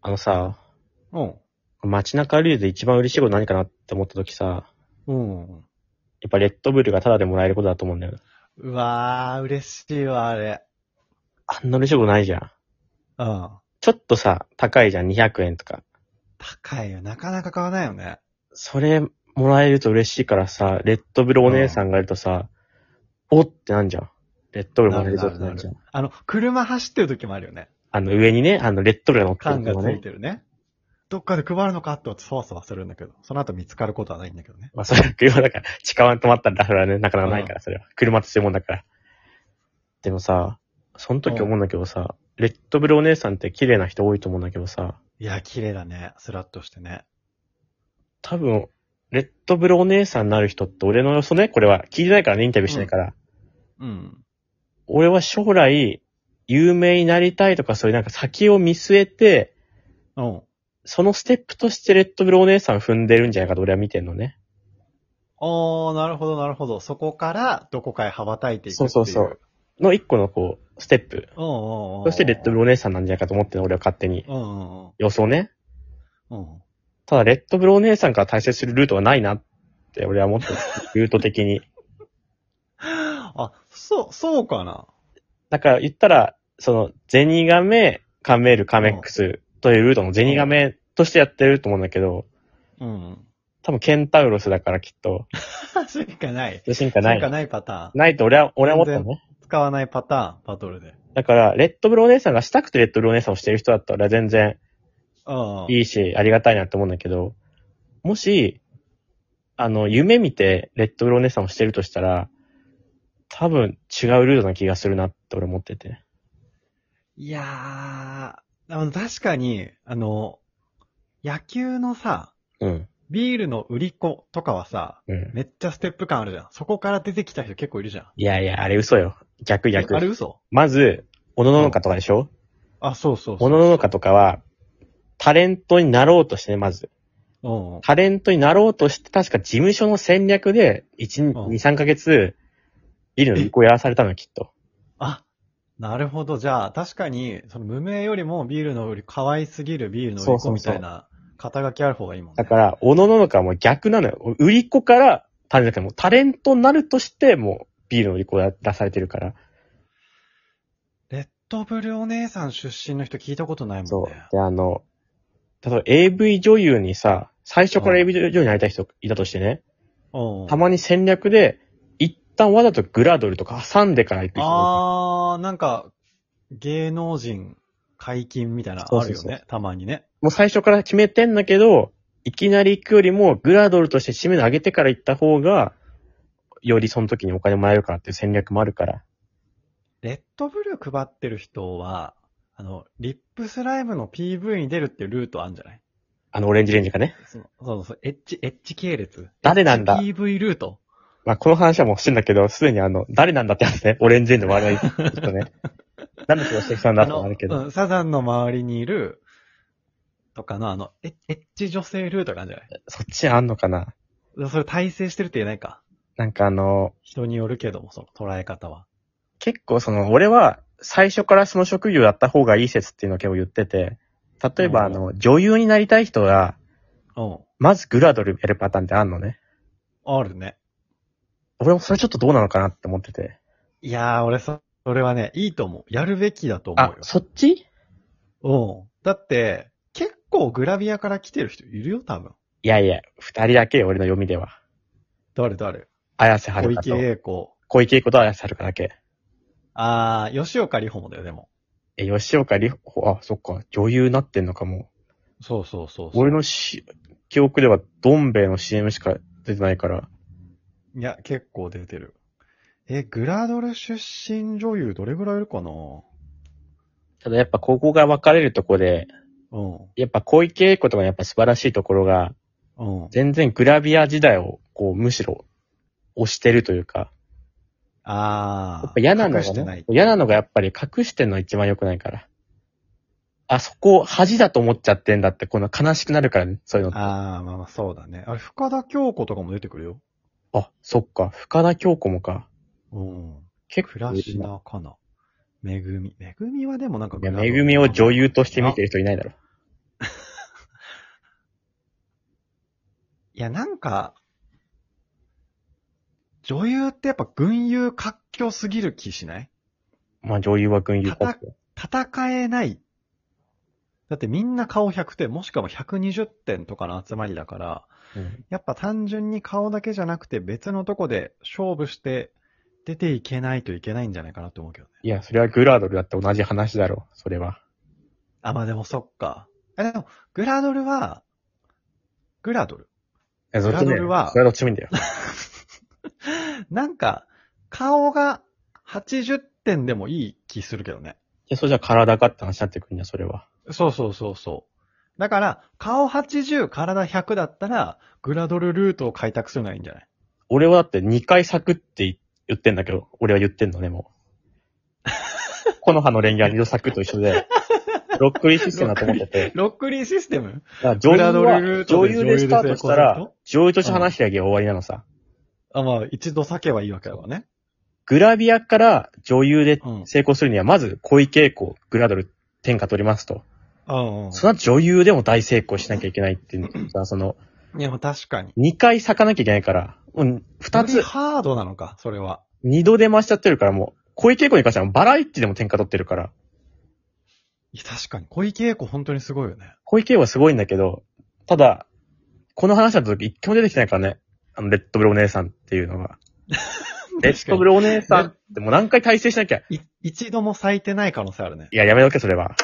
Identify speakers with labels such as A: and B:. A: あのさ、
B: うん。
A: 街中歩いてて一番嬉しいこと何かなって思った時さ、
B: うん。
A: やっぱレッドブルがタダでもらえることだと思うんだよ。
B: うわー、嬉しいわ、あれ。
A: あんな嬉しいことないじゃん。
B: うん。
A: ちょっとさ、高いじゃん、200円とか。
B: 高いよ。なかなか買わないよね。
A: それもらえると嬉しいからさ、レッドブルお姉さんがいるとさ、おってなんじゃん。レッドブルもらえるぞってなんじゃん。
B: あの、車走ってる時もあるよね。
A: あの上にね、あのレッドブルが乗って
B: 缶
A: る
B: が
A: の
B: つ
A: が
B: い
A: ね。
B: てるね。どっかで配るのかってそわそわするんだけど、その後見つかることはないんだけどね。
A: まあそれは車だから、近場に止まったら、それはね、なかなかないから、それは。車としてもんだから。でもさ、その時思うんだけどさ、レッドブルお姉さんって綺麗な人多いと思うんだけどさ、
B: いや、綺麗だね。スラッとしてね。
A: 多分、レッドブルお姉さんになる人って俺の予想ね、これは聞いてないからね、インタビューしてないから。
B: うん。
A: 俺は将来、有名になりたいとかそういうなんか先を見据えて、
B: うん。
A: そのステップとしてレッドブルお姉さん踏んでるんじゃないかと俺は見てんのね。
B: おー、なるほど、なるほど。そこから、どこかへ羽ばたいていくって
A: そ
B: いうう。
A: そうそう。の一個のこう、ステップ。
B: うんうんうん。
A: そしてレッドブルお姉さんなんじゃないかと思ってんの、俺は勝手に。
B: うんうん
A: 予想ね。
B: うん。うん。
A: ただ、レッドブルお姉さんから対戦するルートがないなって、俺は思ってる。ルート的に。
B: あ、そう、そうかな。
A: だから、言ったら、その、ゼニガメ、カメール、カメックスというルートのゼニガメとしてやってると思うんだけど、
B: うん。
A: 多分ケンタウロスだからきっと、
B: 進化ない。
A: 進化な
B: 進
A: い
B: 化
A: な。
B: ないパターン。
A: ないと俺は、俺は思ったのね。
B: 使わないパターン、バトルで。
A: だから、レッドブルお姉さんがしたくてレッドブルお姉さんをしてる人だったら全然
B: うん。
A: いいし、ありがたいなって思うんだけど、もし、あの、夢見てレッドブルお姉さんをしてるとしたら、多分違うルートな気がするなって俺思ってて。
B: いやー、あの、確かに、あの、野球のさ、
A: うん。
B: ビールの売り子とかはさ、
A: うん。
B: めっちゃステップ感あるじゃん。そこから出てきた人結構いるじゃん。
A: いやいや、あれ嘘よ。逆
B: あれ
A: 逆。
B: 嘘
A: まず、おのののかとかでしょ
B: あ、そうそうそ
A: お
B: う。
A: のののかとかは、タレントになろうとしてね、まず。
B: うん。
A: タレントになろうとして、確か事務所の戦略で、1、2、
B: うん
A: 3ヶ月、ビルの移行やらされたのよ、きっと。
B: あ、なるほど。じゃあ、確かに、その無名よりもビールの売り、可愛すぎるビールの売
A: そう
B: り
A: そうそ
B: 子
A: う
B: みたいな、肩書きある方がいいもんね。
A: だから、おのののかはもう逆なのよ。売り子から、タレントもうタレントになるとして、もう、ビールの売り子をやらされてるから。
B: レッドブルお姉さん出身の人聞いたことないも
A: そ
B: んね
A: う。。で、あの、例えば AV 女優にさ、最初から
B: うん
A: AV 女優になりたい人いたとしてね。
B: うん。
A: たまに戦略で、一旦わざとグラドルとか挟んでから行く人も
B: あー、なんか、芸能人解禁みたいな、ある
A: そう
B: よね
A: そうそう
B: たまにね。
A: う最初から決めてんだけど、いきなり行くよりも、グラドルとして締めの上げてから行った方が、よりその時にお金もらえるからっていう戦略もあるから。
B: レッドブルー配ってる人は、あの、リップスライムの PV に出るっていうルートあるんじゃない
A: あの、オレンジレンジがね。
B: そのそうそう、エッジ、エッジ系列。
A: 誰なんだ
B: ?PV ルート。
A: まあ、この話はもうしてんだけど、すでにあの、誰なんだってやつね。オレンジレンジの話題、ちょっとね。 なんでこの指摘さんだ
B: あ
A: とかあ
B: の
A: るけ、ど。
B: うんサザンの周りにいる、とかの、あの、エッエッジ女性ルートがあるんじゃない
A: そっちあんのかな
B: それ体制してるって言えないか。
A: なんかあの、
B: 人によるけども、その捉え方は。
A: 結構その、俺は最初からその職業やった方がいい説っていうのを結構言ってて、例えばあの、女優になりたい人が、
B: うん。
A: まずグラドルやるパターンってあんのね。
B: あるね。
A: 俺もそれちょっとどうなのかなって思ってて。
B: いやー、俺そ、それはね、いいと思う。やるべきだと思う
A: あ
B: よ、。
A: そっち
B: うん。だって、結構グラビアから来てる人いるよ、多分。
A: いやいや、二人だけよ、俺の読みでは。
B: 誰誰
A: 綾瀬は
B: 小
A: るか
B: 池
A: と。
B: 栄子。
A: 小池栄子と綾瀬はるかだけ。
B: あー、吉岡里帆もだよ、でも。
A: え、吉岡里帆、あ、そっか、女優なってんのかも。
B: そうそうそうそう。
A: 俺のし、記憶では、どん兵衛の CM しか出てないから。
B: いや、結構出てる。え、グラドル出身女優どれぐらいいるかな
A: ただやっぱここが分かれるとこで、
B: うん。
A: やっぱ小池栄子とかやっぱ素晴らしいところが、
B: うん。
A: 全然グラビア時代を、こう、むしろ、押してるというか。
B: あー。
A: やっぱ嫌なの
B: 隠して
A: が、
B: な
A: ね
B: い、。
A: 嫌なのがやっぱり隠してんの一番良くないから。あそこを恥だと思っちゃってんだって、この悲しくなるからね、そういうのって。あ
B: あー、まあまあそうだね。あれ、深田京子とかも出てくるよ。
A: そっか、深田京子もか。
B: うん。
A: 結
B: ク
A: 構
B: ラ
A: い
B: シ
A: るな。
B: ナかな。めぐみ。めぐみはでもなんか
A: いや、めぐみを女優として見てる人いないだろ。
B: いや、なんか、女優ってやっぱ群雄割拠すぎる気しない
A: まあ女優は軍優かって。
B: 戦えない。だってみんな顔100点、もしくは120点とかの集まりだから、
A: うん
B: やっぱ単純に顔だけじゃなくて別のとこで勝負して出ていけないといけないんじゃないかなと思うけどね。
A: いや、それはグラドルだって同じ話だろう、それは。
B: あ、まあでもそっか。え、でも、グラドルは、グラドル。
A: いやそっち
B: グ
A: ね
B: ラドルは
A: それはどっちでもいいんだよ。
B: なんか、顔が80点でもいい気するけどね。
A: で、それじゃあ体かって話になってくるんだよ、それは。
B: そうそうそうそう。だから、顔80、体100だったら、グラドルルートを開拓するのはいいんじゃない
A: 俺はだって2回咲くって言ってんだけど、俺は言ってんのね、も う。この葉のレンゲは2度咲くと一緒で、ロックリーシステムだと思ってて、
B: ロックリーシステム
A: だから女優
B: グラドルル
A: は
B: ート
A: 女
B: で
A: 優でスタートした
B: 女優で成功する
A: ら
B: と、
A: 女優として話してあげは終わりなのさ。
B: あ、まあ、一度避けばいいわけだからね。
A: グラビアから女優で
B: うん。
A: 成功するには、まず小池栄子、グラドル、天下取りますと。
B: うん、うん。
A: その後女優でも大成功しなきゃいけないっていうさ、その、
B: いや、まあ確かに。
A: 2回咲かなきゃいけないから、もう2
B: より
A: つ、
B: ハードなのか、それは。
A: 2度出ましちゃってるから、もう、小池栄子に関してはバラエティでも天下取ってるから、
B: いや確かに。小池栄子本当にすごいよね。
A: 小池栄子はすごいんだけど、ただ、この話だと一回も出てきてないからね、あの、レッドブルお姉さんっていうのが。 レッドブ
B: ル。
A: ルお姉さんってもう何回体制しなきゃ。
B: い一度も咲いてない可能性あるね。
A: いや、やめとけ、それは。